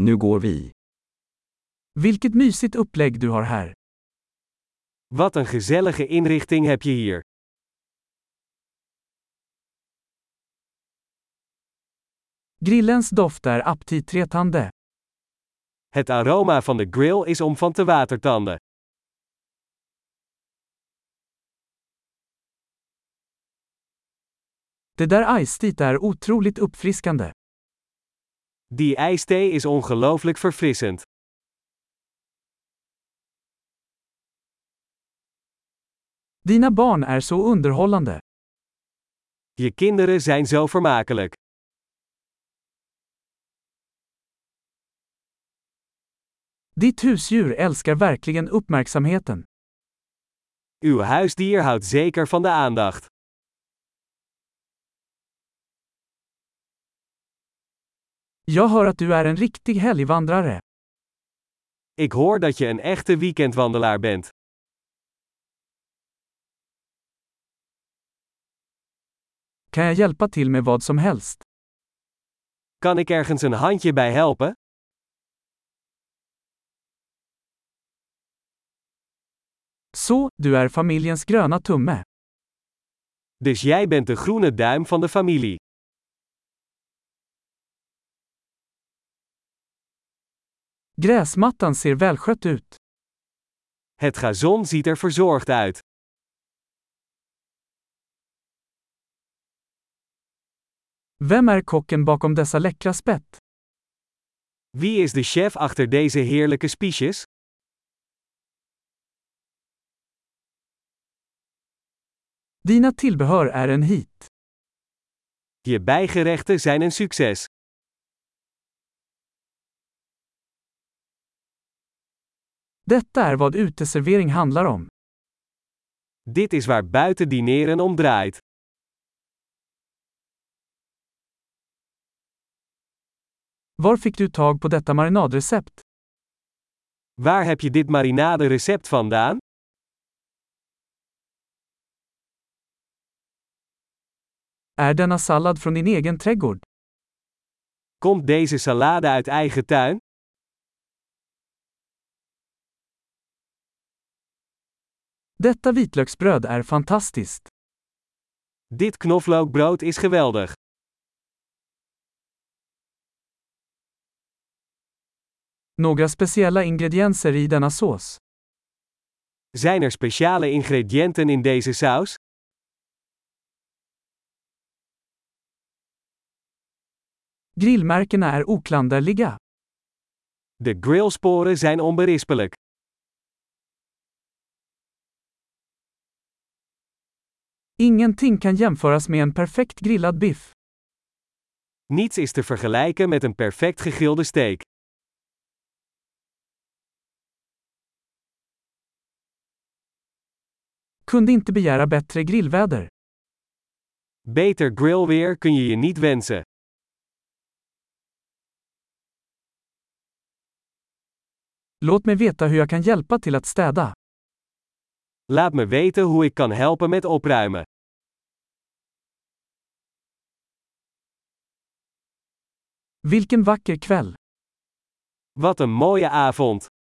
Nu går vi. Vilket mysigt upplägg du har här. Wat een gezellige inrichting heb je hier. Grillens doft är aptitretande. Het aroma van de grill is om van te watertanden. Det där iceteet är otroligt uppfriskande. Die ijsthee is ongelooflijk verfrissend. Dina barn är så underhållande. Je kinderen zijn zo vermakelijk. Ditt husdjur älskar verkligen uppmärksamheten. Uw huisdier houdt zeker van de aandacht. Jag hör att du är en riktig helgvandrare. Ik hoor dat je een echte weekendwandelaar bent. Kan jag hjälpa till med vad som helst? Kan ik ergens een handje bij helpen? Så, du är familjens gröna tumme. Dus jij bent de groene duim van de familie. Gräsmattan ser välskött ut. Het gazon ziet er verzorgd uit. Vem är kocken bakom dessa läckra spett? Wie is de chef achter deze heerlijke spiesjes? Dina tillbehör är en hit. Je bijgerechten zijn een succes. Detta är vad uteservering handlar om. Dit is waar buiten dineren om draait. Var fick du tag på detta marinadrecept? Waar heb je dit marinade recept vandaan? Är denna sallad från din egen trädgård? Komt deze salade uit eigen tuin? Detta vitlöksbröd är fantastiskt. Dit knoflookbrood is geweldig. Några speciella ingredienser i denna sås. Zijn er speciale ingrediënten in deze saus? Grillmärkena är oklanderliga. De grillsporen zijn onberispelijk. Ingenting kan jämföras med en perfekt grillad biff. Niets is te vergelijken met een perfect gegrilde steak. Kunde inte begära bättre grillväder. Beter grillweer kun je je niet wensen. Låt mig veta hur jag kan hjälpa till att städa. Laat me weten hoe ik kan helpen met opruimen. Vilken vacker kväll! Wat een mooie avond!